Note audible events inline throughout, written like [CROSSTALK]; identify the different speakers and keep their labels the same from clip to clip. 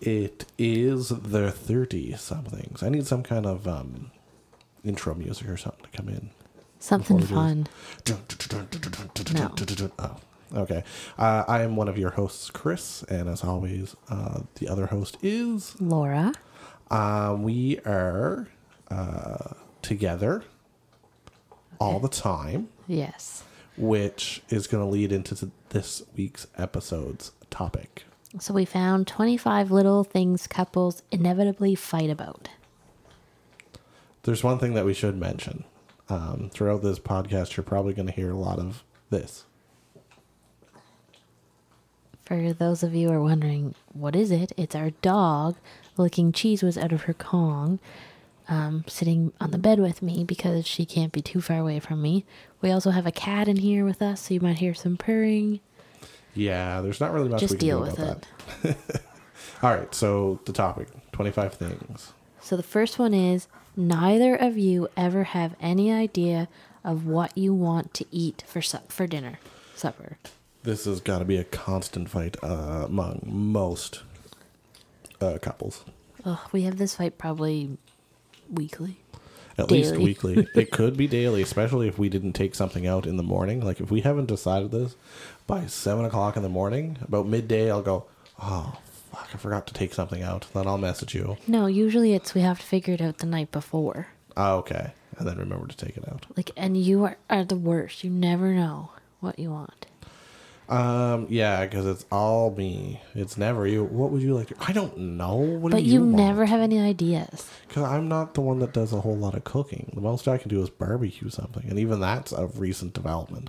Speaker 1: It is their 30 somethings. I need some kind of um, intro music or something to come in.
Speaker 2: Something
Speaker 1: before we
Speaker 2: fun.
Speaker 1: do this. Oh, okay. Uh, I am one of your hosts, Chris, and as always, uh, the other host is
Speaker 2: Laura.
Speaker 1: uh, we are uh, together all the time,
Speaker 2: Yes.
Speaker 1: which is going to lead into th- this week's episode's topic.
Speaker 2: So we found 25 little things couples inevitably fight about.
Speaker 1: There's one thing that we should mention. Um, throughout this podcast, you're probably going to hear a lot of this.
Speaker 2: For those of you who are wondering, what is it? It's our dog licking cheese was out of her Kong, um, sitting on the bed with me because she can't be too far away from me. We also have a cat in here with us, so you might hear some purring.
Speaker 1: Yeah, there's not really much we
Speaker 2: Just
Speaker 1: can
Speaker 2: deal
Speaker 1: do
Speaker 2: with
Speaker 1: about
Speaker 2: it.
Speaker 1: that. All right, so the topic 25 things.
Speaker 2: So the first one is neither of you ever have any idea of what you want to eat for sup- for dinner, supper.
Speaker 1: This has got to be a constant fight uh, among most uh, couples.
Speaker 2: Ugh, we have this fight probably weekly.
Speaker 1: At least
Speaker 2: Daily. [LAUGHS]
Speaker 1: weekly. it could be daily, especially if we didn't take something out in the morning. Like if we haven't decided this by seven o'clock in the morning, about midday, I'll go, oh fuck, I forgot to take something out. Then I'll message you.
Speaker 2: No, usually it's we have to figure it out the night before.
Speaker 1: Oh, okay, and then remember to take it out.
Speaker 2: Like, and you are, are the worst. You never know what you want.
Speaker 1: Um, yeah, because it's all me. It's never you. What would you like? to... I don't know. What do
Speaker 2: But you,
Speaker 1: you,
Speaker 2: never have any ideas.
Speaker 1: Because I'm not the one that does a whole lot of cooking. The most I can do is barbecue something, and even that's a recent development.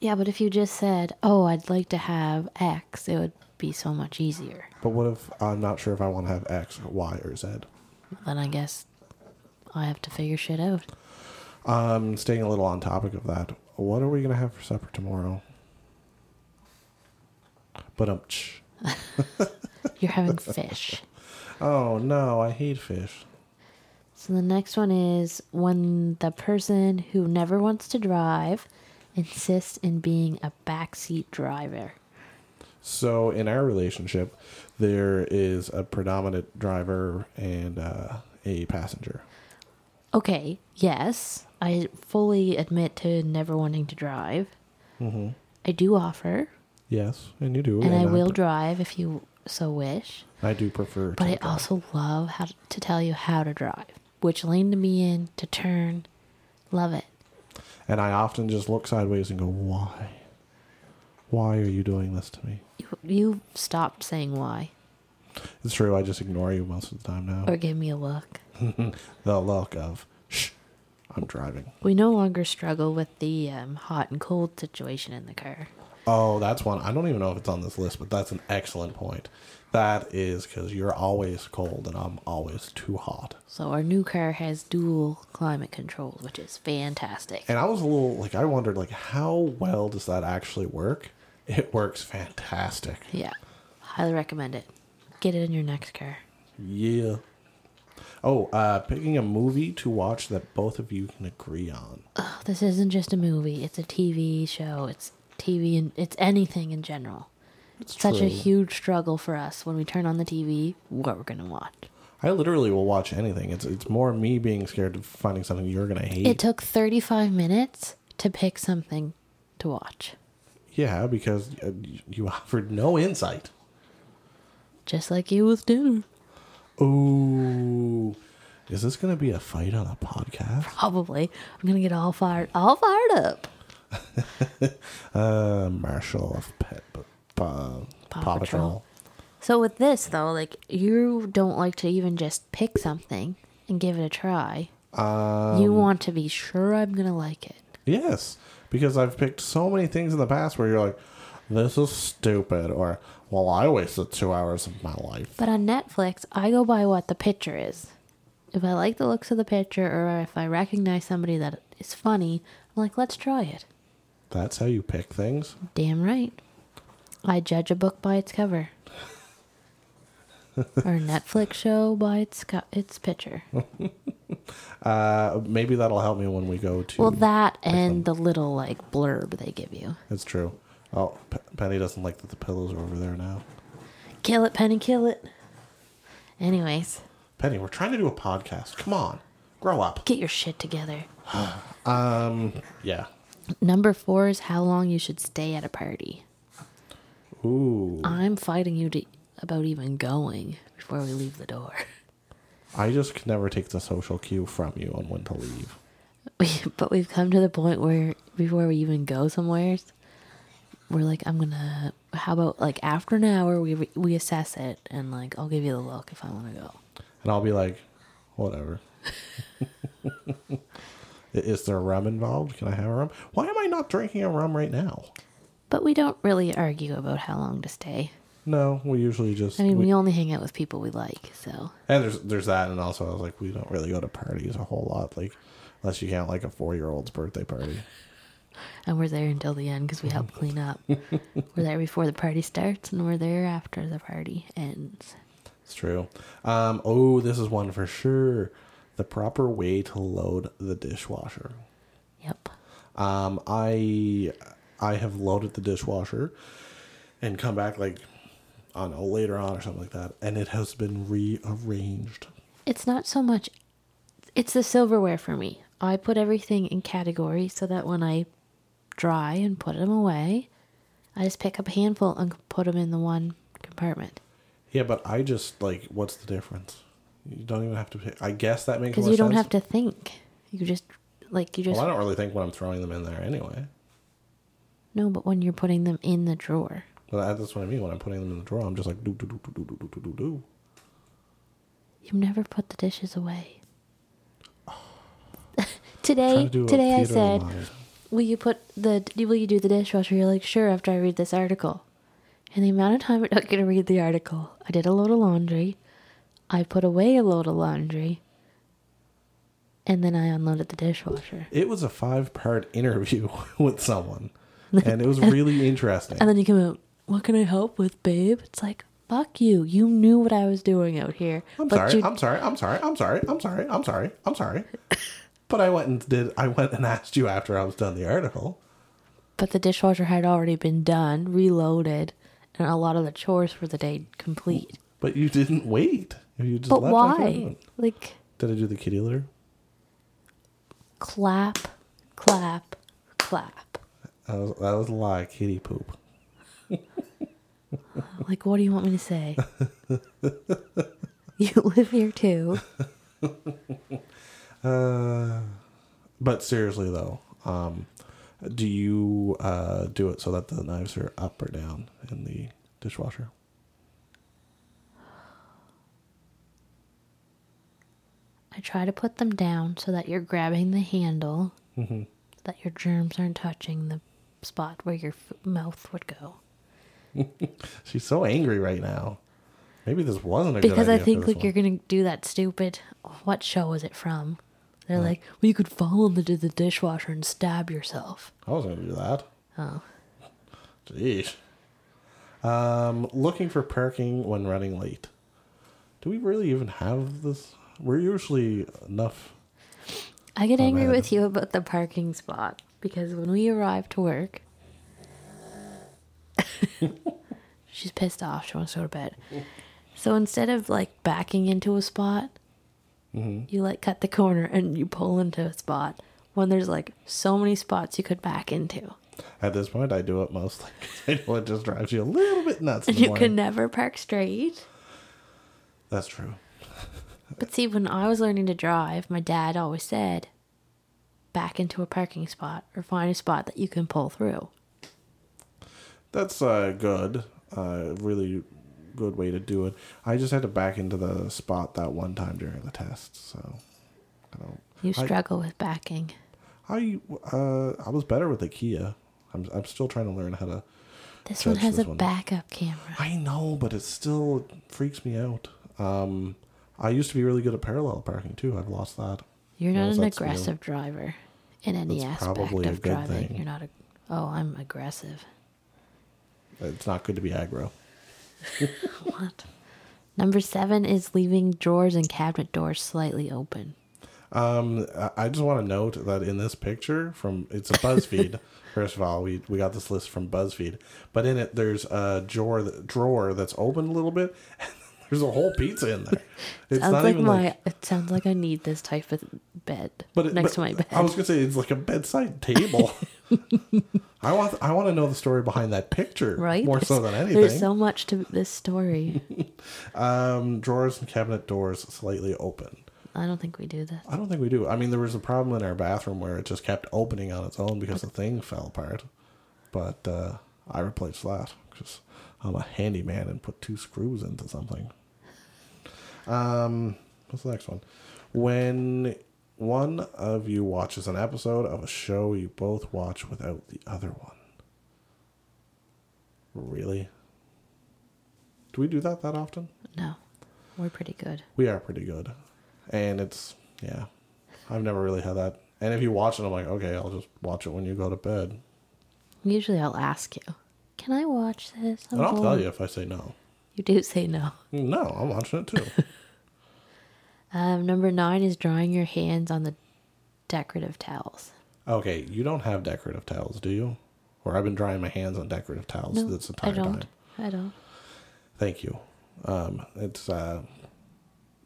Speaker 2: Yeah, but if you just said, "Oh, I'd like to have X," it would be so much easier.
Speaker 1: But what if I'm not sure if I want to have X, Y, or Z?
Speaker 2: Then I guess I have to figure shit out.
Speaker 1: Um, staying a little on topic of that, what are we gonna have for supper tomorrow? But um,
Speaker 2: You're [LAUGHS] having fish.
Speaker 1: oh no, I hate fish.
Speaker 2: So the next one is when the person who never wants to drive insists in being a backseat driver.
Speaker 1: So in our relationship, there is a predominant driver and uh, a passenger.
Speaker 2: Okay, yes, I fully admit to never wanting to drive. I do offer,
Speaker 1: Yes, and you do,
Speaker 2: and I will
Speaker 1: pre-
Speaker 2: drive if you so wish.
Speaker 1: I do prefer, to
Speaker 2: But I
Speaker 1: drive.
Speaker 2: also love how to, to tell you how to drive, which lane to be in, to turn. Love it.
Speaker 1: and I often just look sideways and go, "Why? Why are you doing this to me?"
Speaker 2: You, you stopped saying why
Speaker 1: It's true. I just ignore you most of the time now.
Speaker 2: or gave me a look.
Speaker 1: The look of, "Shh, I'm driving."
Speaker 2: We no longer struggle with the um, hot and cold situation in the car.
Speaker 1: Oh, that's one. I don't even know if it's on this list, but that's an excellent point. That is because you're always cold and I'm always too hot.
Speaker 2: So our new car has dual climate controls, which is fantastic.
Speaker 1: And I was a little like, I wondered, like, how well does that actually work? It works fantastic.
Speaker 2: Yeah, highly recommend it. Get it in your next car.
Speaker 1: Yeah. Oh, uh, picking a movie to watch that both of you can agree on.
Speaker 2: Oh, this isn't just a movie; it's a TV show. It's TV and it's anything in general. It's such
Speaker 1: true.
Speaker 2: a huge struggle for us when we turn on the TV what we're gonna watch.
Speaker 1: I literally will watch anything. It's it's more me being scared of finding something you're gonna hate.
Speaker 2: It took 35 minutes to pick something to watch,
Speaker 1: yeah, because uh, y- you [LAUGHS] offered no insight.
Speaker 2: just like you with dinner.
Speaker 1: Ooh. Is this going to be a fight on a podcast?
Speaker 2: Probably, I'm gonna get all fired, all fired up.
Speaker 1: Uh, Marshal of Pet, uh, Paw, Patrol.
Speaker 2: Patrol. So with this though, like you don't like to even just pick something and give it a try.
Speaker 1: Uh,
Speaker 2: you want to be sure I'm gonna like it.
Speaker 1: Yes, because I've picked so many things in the past where you're like, this is stupid, or, well, I wasted two hours of my life.
Speaker 2: But on Netflix, I go by what the picture is. If I like the looks of the picture, or if I recognize somebody that is funny, I'm like, let's try it.
Speaker 1: That's how you pick things?
Speaker 2: Damn right. I judge a book by its cover. or a Netflix show by its co- its picture.
Speaker 1: Uh, maybe that'll help me when we go to.
Speaker 2: Well, that and the little like blurb they give you.
Speaker 1: It's true. Oh, P- Penny doesn't like that the pillows are over there now.
Speaker 2: Kill it, Penny, kill it. Anyways,
Speaker 1: Penny, we're trying to do a podcast. Come on, grow up.
Speaker 2: get your shit together.
Speaker 1: Yeah.
Speaker 2: Number four is how long you should stay at a party.
Speaker 1: Ooh.
Speaker 2: I'm fighting you to, about even going before we leave the door. [LAUGHS]
Speaker 1: I just can never take the social cue from you on when to leave.
Speaker 2: We, but we've come to the point where before we even go somewhere, we're like, I'm gonna. How about like after an hour, we re- we assess it and like I'll give you the look if I want to go.
Speaker 1: And I'll be like, whatever. [LAUGHS] I- Is there rum involved? Can I have a rum? Why am I not drinking a rum right now?
Speaker 2: But we don't really argue about how long to stay.
Speaker 1: No, we usually just.
Speaker 2: I mean,
Speaker 1: we-
Speaker 2: we only hang out with people we like, so
Speaker 1: and there's there's that, and also I was like, we don't really go to parties a whole lot, like unless you count like a four year old's birthday party.
Speaker 2: and we're there until the end because we help clean
Speaker 1: [LAUGHS]
Speaker 2: up. we're there before the party starts, and we're there after the party ends.
Speaker 1: It's true. Um, oh, this is one for sure. The proper way to load the dishwasher.
Speaker 2: Yep.
Speaker 1: Um, I I have loaded the dishwasher and come back like I don't know later on or something like that, and it has been rearranged.
Speaker 2: It's not so much it's the silverware for me. I put everything in categories so that when I dry and put them away, I just pick up a handful and put them in the one compartment.
Speaker 1: Yeah, but I just like what's the difference? You don't even have to. Pick. I guess that makes
Speaker 2: Because
Speaker 1: more
Speaker 2: you don't
Speaker 1: sense.
Speaker 2: have to think. You just like you just
Speaker 1: Well, I don't really think when I'm throwing them in there anyway.
Speaker 2: no, but when you're putting them in the drawer.
Speaker 1: But that- that's what I mean when I'm putting them in the drawer. I'm just like do do do do do do do do do.
Speaker 2: You never put the dishes away.
Speaker 1: [SIGHS]
Speaker 2: [LAUGHS]
Speaker 1: Trying
Speaker 2: today,
Speaker 1: to do a
Speaker 2: today I
Speaker 1: theater of
Speaker 2: said,
Speaker 1: the mind.
Speaker 2: "Will you put the Will you do the dishwasher?" You're like, "Sure." After I read this article, and the amount of time it took you to read the article, I did a load of laundry. I put away a load of laundry, and then I unloaded the dishwasher.
Speaker 1: It was a five part [LAUGHS] interview with
Speaker 2: [LAUGHS]
Speaker 1: someone, and it was really interesting.
Speaker 2: And then you come out. What can I help with, babe? It's like, fuck you. You knew what I was doing out here.
Speaker 1: I'm
Speaker 2: but
Speaker 1: sorry.
Speaker 2: you
Speaker 1: I'm sorry. I'm sorry. I'm sorry. I'm sorry. I'm sorry. I'm
Speaker 2: [LAUGHS]
Speaker 1: sorry. but I went and did. I went and asked you after I was done the article.
Speaker 2: But the dishwasher had already been done, reloaded, and a lot of the chores for the day complete.
Speaker 1: But you didn't wait. You just
Speaker 2: But
Speaker 1: left after
Speaker 2: why?
Speaker 1: everyone.
Speaker 2: Like,
Speaker 1: Did I do the kitty litter?
Speaker 2: clap, clap, clap.
Speaker 1: That was, that was a lie. Kitty poop.
Speaker 2: Like, what do you want me
Speaker 1: [LAUGHS]
Speaker 2: to say? you live here too.
Speaker 1: Uh, But seriously though, um, do you uh, do it so that the knives are up or down in the dishwasher?
Speaker 2: I try to put them down so that you're grabbing the handle,
Speaker 1: Mm-hmm.
Speaker 2: so that your germs aren't touching the spot where your f- mouth would go.
Speaker 1: She's so angry right now. Maybe this wasn't a
Speaker 2: because
Speaker 1: good idea
Speaker 2: I
Speaker 1: for
Speaker 2: think
Speaker 1: this
Speaker 2: like
Speaker 1: one.
Speaker 2: you're gonna do that stupid. What show was it from? They're like, well, you could fall into the dishwasher and stab yourself.
Speaker 1: I was going to do that.
Speaker 2: Oh,
Speaker 1: Jeez. Um, looking for parking when running late. Do we really even have this? We're usually enough.
Speaker 2: I get angry
Speaker 1: Oh, man.
Speaker 2: with you about the parking spot because when we arrive to work, [LAUGHS] she's pissed off. She wants to go to bed. So instead of like backing into a spot,
Speaker 1: Mm-hmm.
Speaker 2: you like cut the corner and you pull into a spot when there's like so many spots you could back into. [LAUGHS]
Speaker 1: At this point, I do it mostly [LAUGHS] 'cause I know it just drives you a little bit nuts. In the
Speaker 2: You
Speaker 1: morning.
Speaker 2: can never park straight.
Speaker 1: That's true.
Speaker 2: But see, when I was learning to drive, my dad always said, back into a parking spot or find a spot that you can pull through.
Speaker 1: That's uh, good. Uh, really good way to do it. I just had to back into the spot that one time during the test, so I don't.
Speaker 2: You
Speaker 1: I-
Speaker 2: struggle with backing.
Speaker 1: I uh, I was better with the Kia. I'm I'm still trying to learn how to.
Speaker 2: This one
Speaker 1: Judge
Speaker 2: has
Speaker 1: this
Speaker 2: a
Speaker 1: one.
Speaker 2: backup camera.
Speaker 1: I know, but it still freaks me out. Um, I used to be really good at parallel parking too. I've lost that.
Speaker 2: You're
Speaker 1: Well,
Speaker 2: not an
Speaker 1: that's new.
Speaker 2: aggressive driver in any
Speaker 1: That's
Speaker 2: aspect
Speaker 1: probably a
Speaker 2: of
Speaker 1: good
Speaker 2: driving.
Speaker 1: thing.
Speaker 2: You're not a. Oh, I'm aggressive.
Speaker 1: It's not good to be aggro.
Speaker 2: What? Number seven is leaving drawers and cabinet doors slightly open.
Speaker 1: Um, I- I just want to note that in this picture from it's a
Speaker 2: [LAUGHS]
Speaker 1: BuzzFeed. First of all, we we got this list from BuzzFeed, but in it there's a drawer that, drawer that's open a little bit, [LAUGHS] and then There's a whole pizza in
Speaker 2: [LAUGHS]
Speaker 1: there. It's
Speaker 2: sounds like my. it sounds like I need this type of bed next
Speaker 1: but
Speaker 2: to my bed.
Speaker 1: I was gonna say it's like a bedside table. I want I want to know the story behind that picture,
Speaker 2: [LAUGHS] right?
Speaker 1: More so than
Speaker 2: There's-
Speaker 1: anything.
Speaker 2: There's so much to this story. [LAUGHS]
Speaker 1: um, drawers and cabinet doors slightly open.
Speaker 2: I don't think we do this.
Speaker 1: I don't think we do. I mean, there was a problem in our bathroom where it just kept opening on its own because the thing fell apart. But uh, I replaced that because I'm a handyman and put two screws into something. Um, what's the next one? When one of you watches an episode of a show you both watch without the other one. Really? Do we do that that often?
Speaker 2: No, we're pretty good.
Speaker 1: we are pretty good. And it's yeah. I've never really had that. And if you watch it, I'm like, okay, I'll just watch it when you go to bed.
Speaker 2: Usually, I'll ask you, "Can I watch this?" I'm
Speaker 1: And I'll tell
Speaker 2: bored."
Speaker 1: you if I say no.
Speaker 2: You do say no.
Speaker 1: No, I'm watching it
Speaker 2: [LAUGHS]
Speaker 1: too.
Speaker 2: Um, number nine is drying your hands on the decorative towels.
Speaker 1: okay, you don't have decorative towels, do you? Or I've been drying my hands on decorative towels
Speaker 2: No,
Speaker 1: this
Speaker 2: I
Speaker 1: entire
Speaker 2: don't.
Speaker 1: time.
Speaker 2: I don't.
Speaker 1: Thank you. Um, it's uh,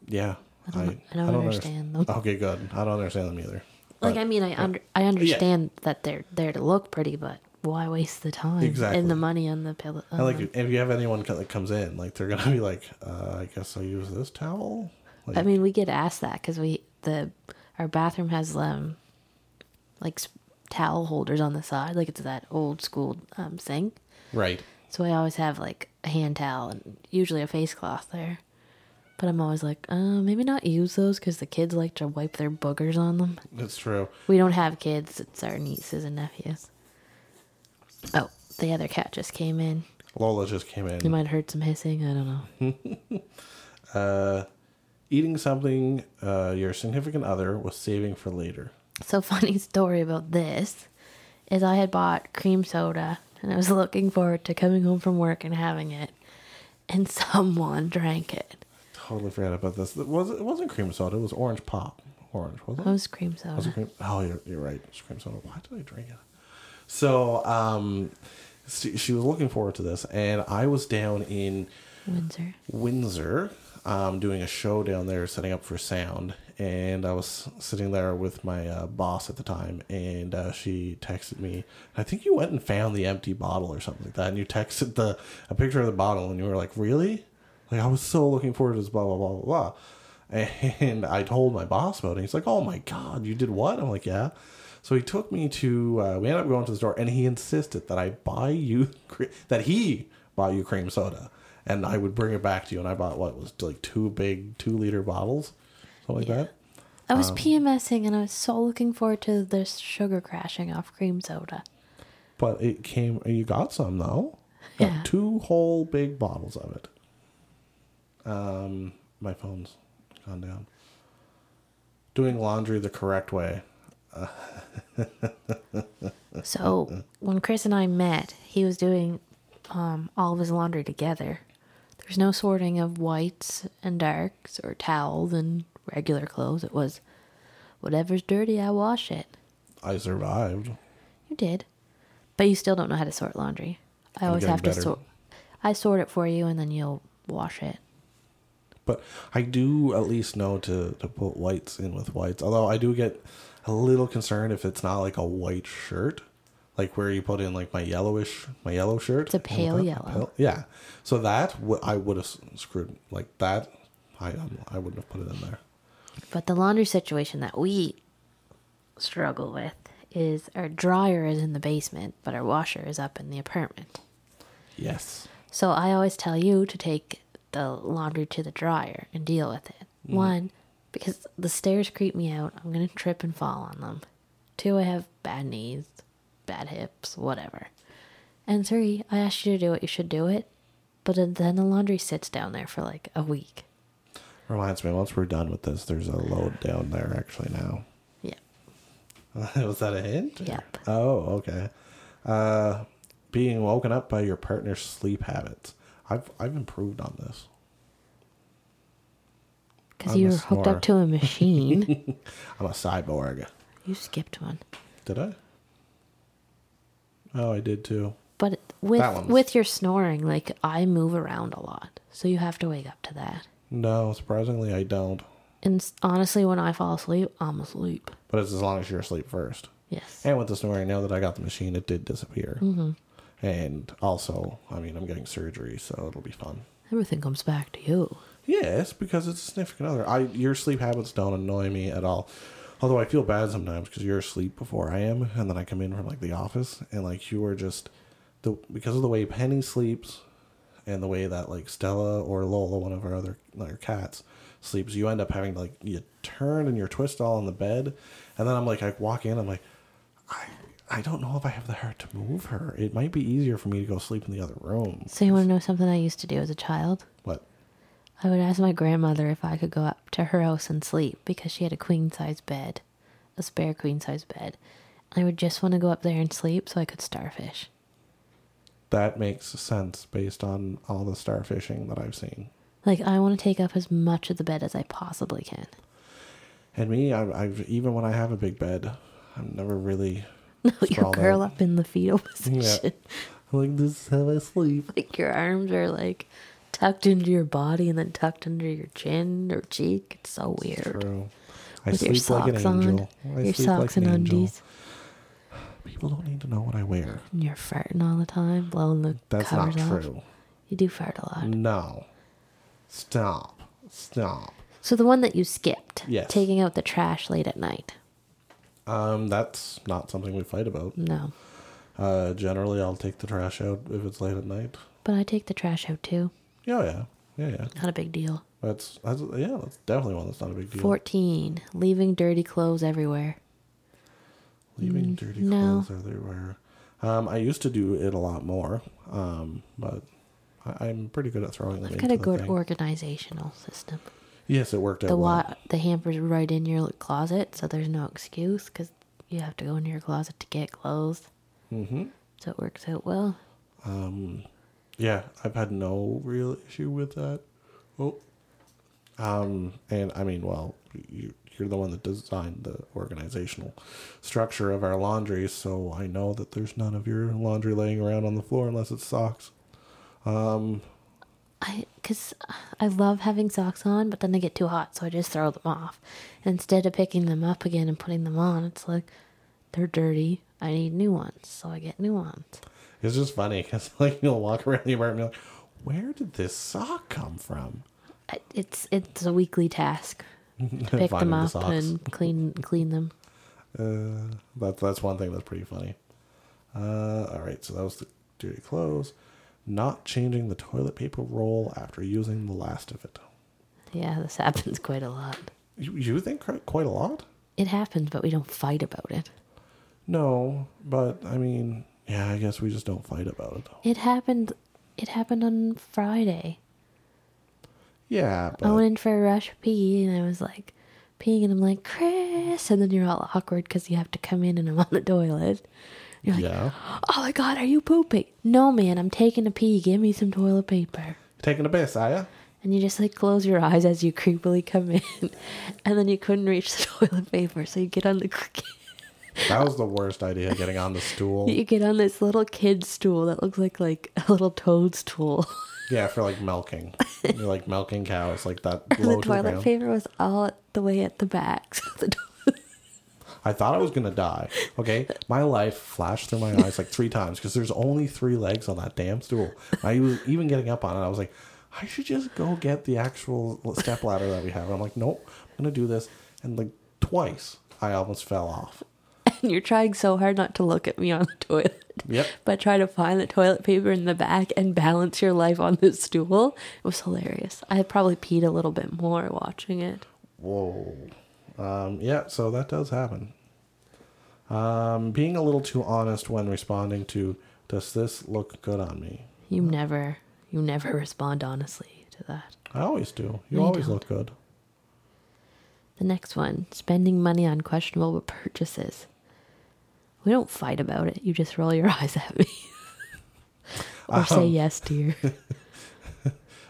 Speaker 1: yeah. I
Speaker 2: don't- I don't understand
Speaker 1: underst-
Speaker 2: them.
Speaker 1: Okay, good. I don't understand them either.
Speaker 2: Like
Speaker 1: But-
Speaker 2: I mean, I under, I understand that they're there to look pretty, but why waste the time
Speaker 1: Exactly.
Speaker 2: and the money on the pillow?
Speaker 1: I like
Speaker 2: um,
Speaker 1: if you have anyone co- that comes in, like they're gonna [LAUGHS] be like, uh, I guess I'll use this towel. Like,
Speaker 2: I mean, we get asked that because we the our bathroom has um like s- towel holders on the side, like it's that old school um thing.
Speaker 1: right.
Speaker 2: So I always have like a hand towel and usually a face cloth there. But I'm always like, uh, maybe not use those because the kids like to wipe their boogers on them.
Speaker 1: It's true.
Speaker 2: We don't have kids; it's our nieces and nephews. Oh, the other cat just came in.
Speaker 1: Lola just came
Speaker 2: You
Speaker 1: in.
Speaker 2: might have heard some hissing. I don't know.
Speaker 1: Uh, eating something uh, your significant other was saving for later.
Speaker 2: So [LAUGHS] funny story about this is I had bought cream soda and I was looking forward to coming home from work and having it, and [LAUGHS] someone drank it.
Speaker 1: Totally forgot about this. It, was, it wasn't cream soda. It was orange pop. Orange, was it?
Speaker 2: That was cream
Speaker 1: Was it
Speaker 2: soda.
Speaker 1: cream? Oh, you're, you're right. It's cream soda. Why did I drink it? So um, she, she was looking forward to this, and I was down in
Speaker 2: Windsor.
Speaker 1: Windsor um, doing a show down there, setting up for sound. And I was sitting there with my uh, boss at the time, and uh, she texted me. I think you went and found the empty bottle or something like that, and you texted the a picture of the bottle, and you were like, "Really? Like I was so looking forward to this blah blah blah blah blah." [LAUGHS] And I told my boss about it. He's like, "Oh my god, you did what?" I'm like, "Yeah." So he took me to. Uh, we ended up going to the store, and he insisted that I buy you [LAUGHS] cre- that he buy you cream soda, and I would bring it back to you. And I bought what was like two big two liter bottles, something like that.
Speaker 2: I was
Speaker 1: Um,
Speaker 2: PMSing and I was so looking forward to this sugar crashing off cream soda.
Speaker 1: But it came. You got some though. Got
Speaker 2: Yeah.
Speaker 1: two whole big bottles of it. Um, my phone's gone down. Doing laundry the correct way. [LAUGHS]
Speaker 2: So when Chris and I met, he was doing um, all of his laundry together. There's no sorting of whites and darks or towels and regular clothes. It was whatever's dirty, I wash it.
Speaker 1: I survived.
Speaker 2: You did, but you still don't know how to sort laundry. I always
Speaker 1: getting
Speaker 2: have
Speaker 1: better.
Speaker 2: to sort. I sort it for you, and then you'll wash it.
Speaker 1: But I do at least know to, to put whites in with whites. Although I do get a little concerned if it's not like a white shirt, like where you put in like my yellowish, my yellow shirt.
Speaker 2: It's a pale
Speaker 1: and
Speaker 2: yellow.
Speaker 1: yeah. So that w- I would have screwed like that. I um, I wouldn't have put it in there.
Speaker 2: But the laundry situation that we struggle with is our dryer is in the basement, but our washer is up in the apartment.
Speaker 1: Yes.
Speaker 2: So I always tell you to take the laundry to the dryer and deal with it.
Speaker 1: Mm-hmm.
Speaker 2: One, because the stairs creep me out. I'm going to trip and fall on them. Two, I have bad knees, bad hips, whatever. And three, I asked you to do it, you should do it. But then the laundry sits down there for like a week.
Speaker 1: Reminds me. Once we're done with this, there's a load down there actually now. [LAUGHS]
Speaker 2: Yeah.
Speaker 1: Was that a hint?
Speaker 2: Yep.
Speaker 1: Oh, okay. Uh, being woken up by your partner's sleep habits. I've I've improved on this.
Speaker 2: Because
Speaker 1: I'm a
Speaker 2: you were hooked
Speaker 1: snorer.
Speaker 2: up to
Speaker 1: [LAUGHS]
Speaker 2: a machine.
Speaker 1: I'm a cyborg.
Speaker 2: you skipped one.
Speaker 1: Did I? Oh, I did too.
Speaker 2: But
Speaker 1: That
Speaker 2: with
Speaker 1: one's-
Speaker 2: with your snoring, like I move around a lot. So you have to wake up to that.
Speaker 1: No, surprisingly, I don't.
Speaker 2: And s- honestly, when I fall asleep, I'm asleep.
Speaker 1: But it's as long as you're asleep first.
Speaker 2: Yes.
Speaker 1: And with the snoring, now that I got the machine, it did disappear. Mm-hmm. And also, I mean, I'm getting surgery, so it'll be fun.
Speaker 2: Everything comes back to you.
Speaker 1: Yes, because it's a significant other. I your sleep habits don't annoy me at all. Although I feel bad sometimes because you're asleep before I am, and then I come in from like the office, and like you are just the because of the way Penny sleeps, and the way that like Stella or Lola, one of our other our cats, sleeps. You end up having to, like you turn and you twist all in the bed, and then I'm like I walk in, I'm like I I don't know if I have the heart to move her. It might be easier for me to go sleep in the other room.
Speaker 2: So you want to know something I used to do as a child?
Speaker 1: But
Speaker 2: I would ask my grandmother if I could go up to her house and sleep because she had a queen size bed, a spare queen size bed. I would just want to go up there and sleep so I could starfish.
Speaker 1: that makes sense based on all the starfishing that I've seen.
Speaker 2: Like, I want to take up as much of the bed as I possibly can. [LAUGHS]
Speaker 1: And me, I, I've even when I have a big bed, I'm never really
Speaker 2: No, you
Speaker 1: Sprawled
Speaker 2: curl
Speaker 1: out.
Speaker 2: up in the fetal position.
Speaker 1: yeah. I'm like this is how I sleep.
Speaker 2: Like, your arms are like tucked into your body and then tucked under your chin or cheek. It's so weird.
Speaker 1: True. I
Speaker 2: With your
Speaker 1: sleep like an
Speaker 2: socks on,
Speaker 1: angel. I
Speaker 2: your
Speaker 1: sleep like
Speaker 2: socks
Speaker 1: an
Speaker 2: and
Speaker 1: angel.
Speaker 2: undies.
Speaker 1: People don't need to know what I wear.
Speaker 2: And you're farting all the time, blowing the
Speaker 1: That's
Speaker 2: covers
Speaker 1: not
Speaker 2: off.
Speaker 1: true. Mm.
Speaker 2: You do fart a lot.
Speaker 1: No. Stop. Stop.
Speaker 2: So the one that you skipped,
Speaker 1: Yes.
Speaker 2: taking out the trash late at night.
Speaker 1: Um, that's not something we fight about.
Speaker 2: No,
Speaker 1: Uh, generally, I'll take the trash out if it's late at night.
Speaker 2: but I take the trash out too.
Speaker 1: Yeah, yeah, yeah, yeah.
Speaker 2: Not a big deal.
Speaker 1: That's that's yeah. That's definitely one that's not a big deal.
Speaker 2: Fourteen, leaving dirty clothes everywhere.
Speaker 1: Leaving dirty
Speaker 2: Mm, no.
Speaker 1: clothes everywhere. Um, I used to do it a lot more, um, but I, I'm pretty good at throwing them.
Speaker 2: I've
Speaker 1: into
Speaker 2: got a
Speaker 1: the
Speaker 2: good
Speaker 1: thing.
Speaker 2: organizational system.
Speaker 1: Yes, it worked out.
Speaker 2: The
Speaker 1: well.
Speaker 2: wa- the hamper's right in your closet, so there's no excuse because you have to go into your closet to get clothes. Mm-hmm. So it works out well.
Speaker 1: Um, Yeah, I've had no real issue with that. Oh, um, and I mean, well, you, you're the one that designed the organizational structure of our laundry, so I know that there's none of your laundry laying around on the floor unless it's socks.
Speaker 2: I because I love having socks on, but then they get too hot, so I just throw them off. And instead of picking them up again and putting them on, it's like they're dirty. I need new ones, so I get new ones.
Speaker 1: It's just funny because [LAUGHS] like you'll walk around the apartment, and you're like, where did this sock come from?
Speaker 2: I- It's it's a weekly task.
Speaker 1: [LAUGHS]
Speaker 2: to Pick
Speaker 1: Finding
Speaker 2: them
Speaker 1: the
Speaker 2: up
Speaker 1: socks.
Speaker 2: and clean clean them.
Speaker 1: Uh, that's that's one thing that's pretty funny. Uh, all right, so that was the dirty clothes. Not changing the toilet paper roll after using the last of it.
Speaker 2: Yeah, this happens quite a lot.
Speaker 1: You, you think quite- quite a lot?
Speaker 2: It happens, but we don't fight about it.
Speaker 1: No, but I mean, yeah, I guess we just don't fight about it.
Speaker 2: It happened. It happened on Friday.
Speaker 1: Yeah, but
Speaker 2: I went in for a rush pee, and I was like peeing, and I'm like Chris, and then you're all awkward because you have to come in, and I'm on the toilet. You're like,
Speaker 1: yeah,
Speaker 2: oh my god, are you pooping? No, man, I'm taking a pee. Give me some toilet paper.
Speaker 1: taking a piss, are ya?
Speaker 2: And you just like close your eyes as you creepily come in, [LAUGHS] and then you couldn't reach the [LAUGHS] toilet paper, so you get on the
Speaker 1: That was the worst idea, getting on the stool.
Speaker 2: [LAUGHS] you get on this little kid stool that looks like like a little toadstool. [LAUGHS]
Speaker 1: Yeah, for like milking, You're, like milking cows, like that.
Speaker 2: And
Speaker 1: low to
Speaker 2: the
Speaker 1: the
Speaker 2: toilet
Speaker 1: ground.
Speaker 2: paper was all at the way at the back. [LAUGHS] So the to-
Speaker 1: I thought I was gonna die. Okay, my life flashed through my eyes like three times because there's only three legs on that damn stool. I was even getting up on it. I was like, I should just go get the actual step ladder that we have. And I'm like, nope, I'm gonna do this. And like twice, I almost fell off.
Speaker 2: [LAUGHS] and you're trying so hard not to look at me on the toilet.
Speaker 1: Yep.
Speaker 2: But try to find the toilet paper in the back and balance your life on the stool. It was hilarious. I had probably peed a little bit more watching it.
Speaker 1: Whoa. Um, yeah, so that does happen. Um, being a little too honest when responding to, does this look good on me?
Speaker 2: You never, you never respond honestly to that.
Speaker 1: I always do. You
Speaker 2: No, you
Speaker 1: always
Speaker 2: don't.
Speaker 1: look good.
Speaker 2: The next one, spending money on questionable purchases. We don't fight about it. You just roll your [LAUGHS] eyes at me. or say yes, dear.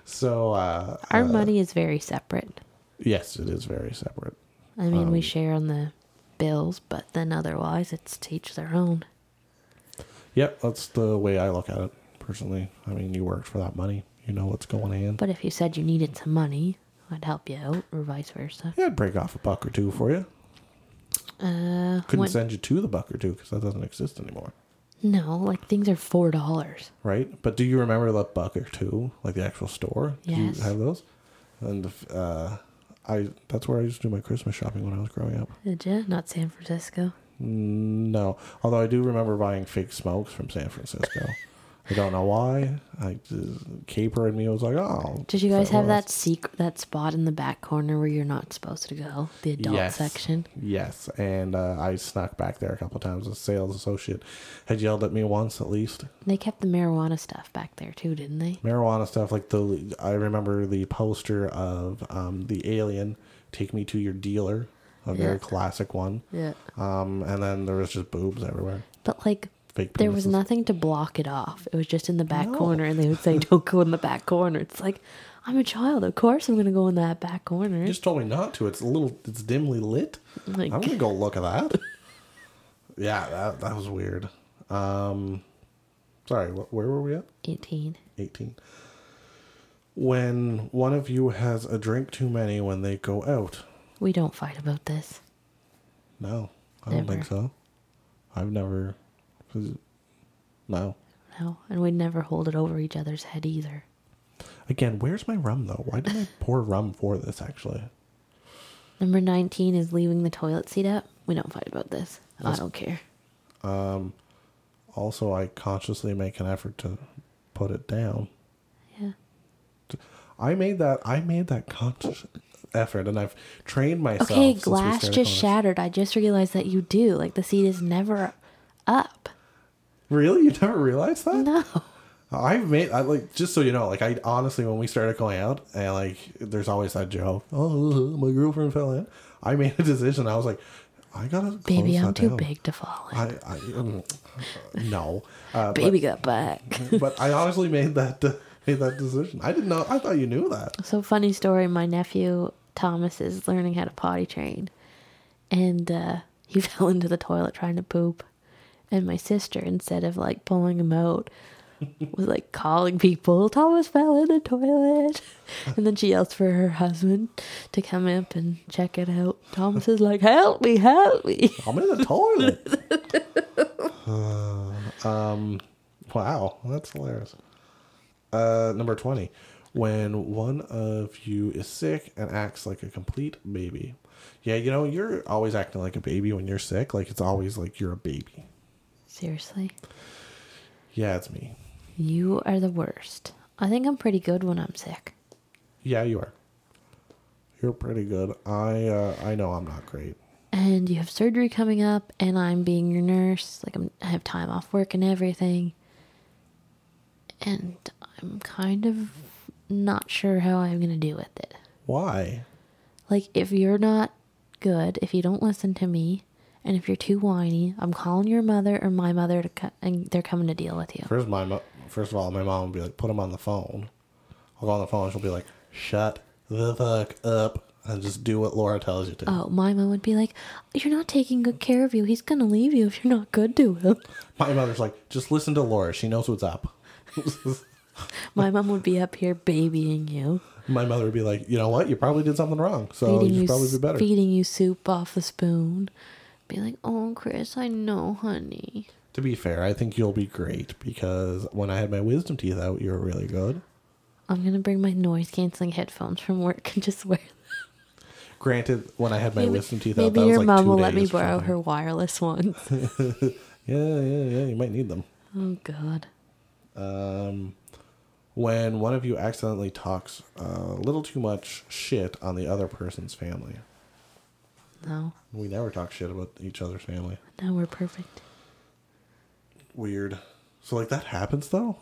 Speaker 1: So, uh,
Speaker 2: Our money is very separate.
Speaker 1: yes, it is very separate.
Speaker 2: I mean,
Speaker 1: Um,
Speaker 2: we share on the bills, but then otherwise it's to each their own.
Speaker 1: Yep, that's the way I look at it personally. I mean, you worked for that money. You know what's going on.
Speaker 2: But if you said you needed some money, I'd help you out, or vice versa.
Speaker 1: yeah, I'd break off a buck or two for you.
Speaker 2: Uh,
Speaker 1: Couldn't
Speaker 2: when-
Speaker 1: send you to the buck or two because that doesn't exist anymore,
Speaker 2: no, like things are four dollars.
Speaker 1: right? But do you remember the buck or two, like the actual store?
Speaker 2: Yes.
Speaker 1: Do you have those? And uh, I that's where I used to do my Christmas shopping when I was growing up.
Speaker 2: Did ya? Not San Francisco.
Speaker 1: No, although I do remember buying fake smokes from San Francisco. I don't know why. I just, Caper and me was like, oh.
Speaker 2: Did you guys
Speaker 1: so
Speaker 2: have
Speaker 1: what else?
Speaker 2: that secret that spot in the back corner where you're not supposed to go? The adult
Speaker 1: Yes.
Speaker 2: section.
Speaker 1: Yes, and uh, I snuck back there a couple times. A sales associate had yelled at me once at least.
Speaker 2: They kept the marijuana stuff back there too, didn't they?
Speaker 1: Marijuana stuff, like the I remember the poster of um, the alien "Take Me to Your Dealer," a
Speaker 2: Yeah.
Speaker 1: very classic one.
Speaker 2: Yeah.
Speaker 1: Um, and then there was just boobs everywhere.
Speaker 2: But like
Speaker 1: Fake
Speaker 2: there was
Speaker 1: penises.
Speaker 2: nothing to block it off. It was just in the back
Speaker 1: No.
Speaker 2: corner and they
Speaker 1: [LAUGHS]
Speaker 2: would say, Don't go in the back corner. It's like, I'm a child, of course I'm gonna go in that back corner.
Speaker 1: You just told me not to. It's a little. It's dimly lit.
Speaker 2: Like-
Speaker 1: I'm gonna go look at that. yeah, that that was weird. Um, sorry. Wh- where were we at?
Speaker 2: Eighteen.
Speaker 1: 18. When one of you has a drink too many when they go out.
Speaker 2: We don't fight about this.
Speaker 1: No, I don't think
Speaker 2: Never.
Speaker 1: so. I've never. No.
Speaker 2: No. And we'd never hold it over each other's head either.
Speaker 1: Again, where's my rum though? Why did I pour rum for this actually?
Speaker 2: Number nineteen is leaving the toilet seat up. We don't fight about this. I
Speaker 1: That's-
Speaker 2: don't care.
Speaker 1: Also, I consciously make an effort to put it down.
Speaker 2: Yeah.
Speaker 1: I made that. I made that conscious effort, and I've trained myself.
Speaker 2: Okay,
Speaker 1: since we
Speaker 2: glass
Speaker 1: started
Speaker 2: just
Speaker 1: doing this.
Speaker 2: shattered. I just realized that you do. Like the seat is never up.
Speaker 1: Really, you never realized that?
Speaker 2: No.
Speaker 1: I've made I like just so you know, like I honestly when we started going out and like there's always that joke, oh my girlfriend fell in. I made a decision. I was like, I gotta close
Speaker 2: Baby, I'm
Speaker 1: that
Speaker 2: too
Speaker 1: down.
Speaker 2: big to fall in.
Speaker 1: I, I um, no, uh,
Speaker 2: Baby got back.
Speaker 1: but, [LAUGHS] but I honestly made that [LAUGHS] made that decision. I didn't know. I thought you knew that.
Speaker 2: So funny story. My nephew Thomas is learning how to potty train, and uh, he [LAUGHS] fell into the toilet trying to poop. And my sister, instead of like pulling him out, was like calling people. Thomas fell in the toilet, [LAUGHS] and then she yells for her husband to come up and check it out. Thomas is like, "Help me! Help me!" [LAUGHS]
Speaker 1: I'm in the toilet. [SIGHS] Uh, um, wow, that's hilarious. Uh, number twenty, when one of you is sick and acts like a complete baby. Yeah, you know you're always acting like a baby when you're sick. Like it's always like you're a baby.
Speaker 2: Seriously,
Speaker 1: Yeah, it's me.
Speaker 2: you are the worst. I think I'm pretty good when I'm sick.
Speaker 1: Yeah, you are. You're pretty good. I uh, I know I'm not great.
Speaker 2: and you have surgery coming up and i'm being your nurse like I'm, i have time off work and everything and i'm kind of not sure how i'm going to deal with it
Speaker 1: Why?
Speaker 2: like if you're not good if you don't listen to me and if you're too whiny i'm calling your mother or my mother to co- and they're coming to deal with you
Speaker 1: First, my mo- first of all, my mom would be like, "Put him on the phone." I'll go on the phone. She'll be like, "Shut the fuck up and just do what Laura tells you to."
Speaker 2: oh my mom would be like you're not taking good care of you he's going to leave you if you're not good to him [LAUGHS]
Speaker 1: My mother's like, "Just listen to Laura. She knows what's up."
Speaker 2: my mom would be up here babying you
Speaker 1: my mother would be like, "You know what? You probably did something wrong, so you should Oh, probably be better."
Speaker 2: feeding you soup off the spoon. Be like, oh, Chris, I know, honey.
Speaker 1: To be fair, I think you'll be great because when I had my wisdom teeth out, you were really good.
Speaker 2: I'm gonna bring my noise canceling headphones from work and
Speaker 1: [LAUGHS]
Speaker 2: just wear. them.
Speaker 1: Granted, when I had my wisdom teeth out,
Speaker 2: Maybe
Speaker 1: that
Speaker 2: your
Speaker 1: was like
Speaker 2: mom
Speaker 1: two
Speaker 2: will
Speaker 1: days
Speaker 2: let me
Speaker 1: or
Speaker 2: borrow
Speaker 1: something.
Speaker 2: her wireless ones.
Speaker 1: [LAUGHS] Yeah, yeah, yeah. You might need them.
Speaker 2: oh God.
Speaker 1: um, when one of you accidentally talks uh, a little too much shit on the other person's family.
Speaker 2: No,
Speaker 1: We never talk shit about each other's family.
Speaker 2: no, we're perfect.
Speaker 1: Weird. So, like, that happens though?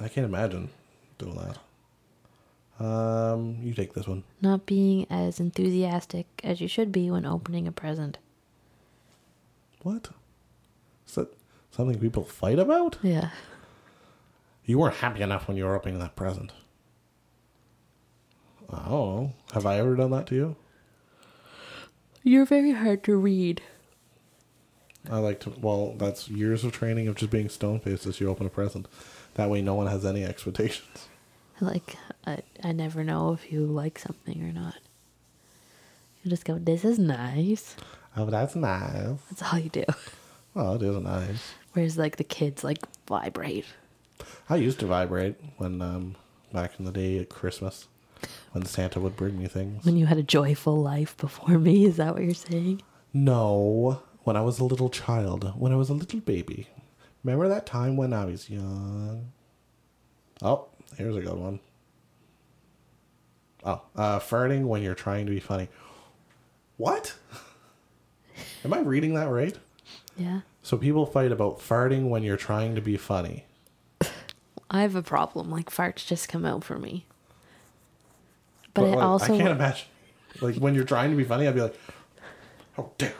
Speaker 1: I can't imagine doing that. Um, you take this one.
Speaker 2: Not being as enthusiastic as you should be when opening a present.
Speaker 1: What? Is that something people fight about?
Speaker 2: Yeah.
Speaker 1: You weren't happy enough when you were opening that present. I don't know. Have I ever done that to you?
Speaker 2: You're very hard to read.
Speaker 1: I like to. Well, that's years of training of just being stone faced as you open a present. That way, no one has any expectations. [LAUGHS]
Speaker 2: Like, I, I never know if you like something or not. You just go, this is nice.
Speaker 1: Oh, that's nice.
Speaker 2: That's all you do. [LAUGHS]
Speaker 1: Oh, it is nice.
Speaker 2: Whereas, like, the kids, like, vibrate.
Speaker 1: I used to vibrate when um back in the day at Christmas when Santa would bring me things.
Speaker 2: When you had a joyful life before me, is that what you're saying?
Speaker 1: No, when I was a little child, when I was a little baby. Remember that time when I was young? Oh, here's a good one. Oh, uh, farting when you're trying to be funny. What? [LAUGHS] Am I reading that right?
Speaker 2: Yeah.
Speaker 1: So people fight about farting when you're trying to be funny.
Speaker 2: I have a problem. Like, farts just come out for me. But, I
Speaker 1: like,
Speaker 2: also.
Speaker 1: I can't imagine. Like when you're trying to be funny, I'd be like, "How dare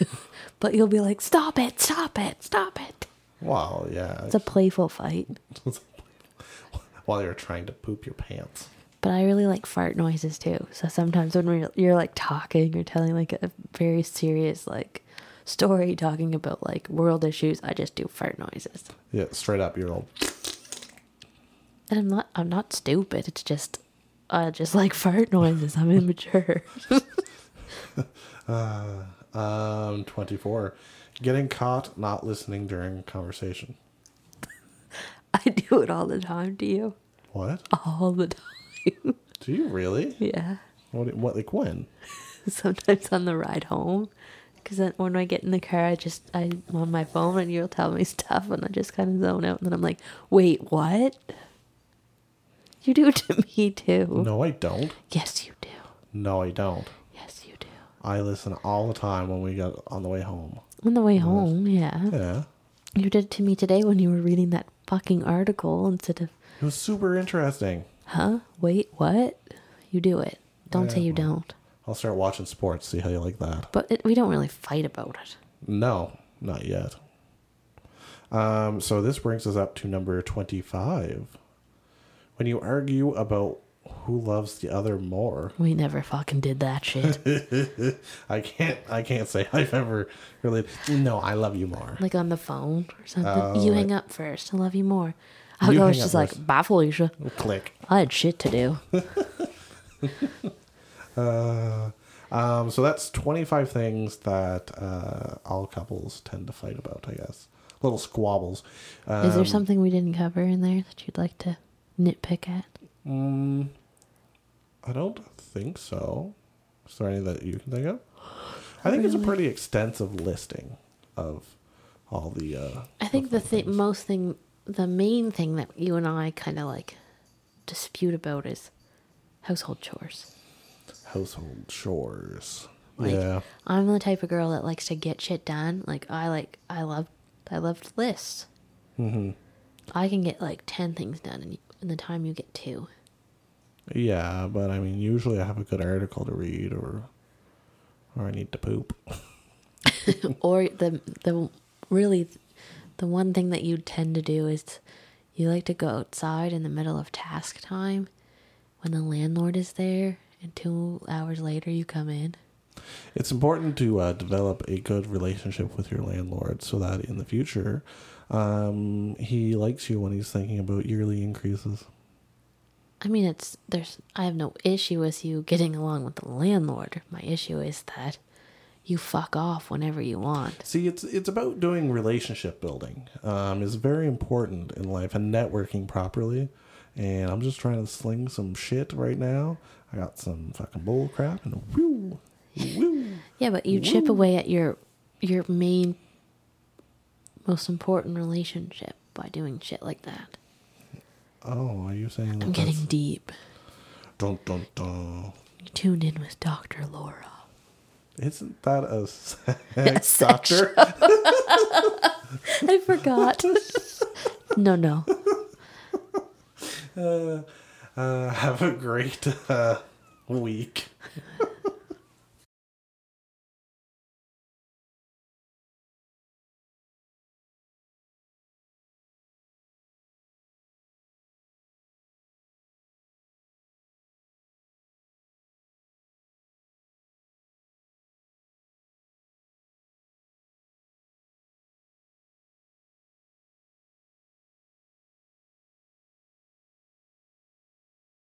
Speaker 1: you!"
Speaker 2: But you'll be like, stop it, stop it, stop it.
Speaker 1: Wow, yeah.
Speaker 2: It's a playful fight.
Speaker 1: [LAUGHS] While you're trying to poop your pants.
Speaker 2: But I really like fart noises too. So sometimes when we're, you're like talking or telling like a very serious like story, talking about like world issues, I just do fart noises.
Speaker 1: Yeah, straight up, you're old.
Speaker 2: And I'm not I'm not stupid. It's just I just like fart noises. I'm immature. [LAUGHS]
Speaker 1: Um, 24. Getting caught not listening during conversation.
Speaker 2: I do it all the time to you.
Speaker 1: What?
Speaker 2: All the time. [LAUGHS]
Speaker 1: Do you really?
Speaker 2: yeah.
Speaker 1: What? What? Like when?
Speaker 2: Sometimes on the ride home. Because when I get in the car, I just, I'm on my phone and you'll tell me [LAUGHS] stuff and I just kind of zone out. And then I'm like, wait, what? You do it to [LAUGHS] me too.
Speaker 1: No, I don't.
Speaker 2: Yes, you do.
Speaker 1: No, I don't.
Speaker 2: Yes, you do.
Speaker 1: I listen all the time when we got on the way home.
Speaker 2: On the way home, yeah.
Speaker 1: Yeah.
Speaker 2: You did it to me today when you were reading that fucking article instead of,
Speaker 1: It was super interesting.
Speaker 2: huh? Wait, what? You do it. Don't say
Speaker 1: Yeah,
Speaker 2: you don't.
Speaker 1: I'll start watching sports, see how you like that.
Speaker 2: But it, we don't really fight about it.
Speaker 1: No, not yet. Um, so this brings us up to number 25. When you argue about who loves the other more,
Speaker 2: We never fucking did
Speaker 1: [LAUGHS]
Speaker 2: that shit.
Speaker 1: I can't I can't say [LAUGHS] I've ever really no, I love you more.
Speaker 2: like on the phone or something.
Speaker 1: Oh,
Speaker 2: you
Speaker 1: right.
Speaker 2: hang up first. I love you more. I was
Speaker 1: You
Speaker 2: always
Speaker 1: hang up
Speaker 2: just like,
Speaker 1: first.
Speaker 2: bye, Felicia.
Speaker 1: Click.
Speaker 2: I had shit to do.
Speaker 1: Uh, um, so that's 25 things that uh, all couples tend to fight about, I guess. Little squabbles. Um,
Speaker 2: Is there something we didn't cover in there that you'd like to nitpick at?
Speaker 1: Mm, I don't think so. Is there any that you can think of? I think it's a pretty extensive listing of all the. Uh,
Speaker 2: I think the thi- most thing, the main thing that you and I kind of like dispute about is household chores.
Speaker 1: household chores.
Speaker 2: Like,
Speaker 1: yeah.
Speaker 2: I'm the type of girl that likes to get shit done. Like I like, I love, I loved lists. Mm-hmm. I can get like ten things done in, in the time you get two.
Speaker 1: Yeah, but I mean, usually I have a good article to read or or I need to poop.
Speaker 2: or the the really the one thing that you tend to do is you like to go outside in the middle of task time when the landlord is there and two hours later you come in
Speaker 1: It's important to uh, develop a good relationship with your landlord so that in the future um, he likes you when he's thinking about yearly increases.
Speaker 2: i mean it's there's i have no issue with you getting along with the landlord my issue is that you fuck off whenever you want
Speaker 1: See, it's it's about doing relationship building. Um, is very important in life and networking properly. And I'm just trying to sling some shit right now. I got some fucking bull crap and woo, woo.
Speaker 2: yeah but you chip away at your your main most important relationship by doing shit like that
Speaker 1: Oh, are you saying that?
Speaker 2: i'm
Speaker 1: that's-
Speaker 2: getting deep
Speaker 1: Dun, dun, dun.
Speaker 2: You tuned in with Dr. Laura.
Speaker 1: Isn't that a [LAUGHS]
Speaker 2: [LAUGHS] A
Speaker 1: sex
Speaker 2: sex
Speaker 1: doctor?
Speaker 2: I forgot. no, no.
Speaker 1: [LAUGHS] Uh, have a great uh, week.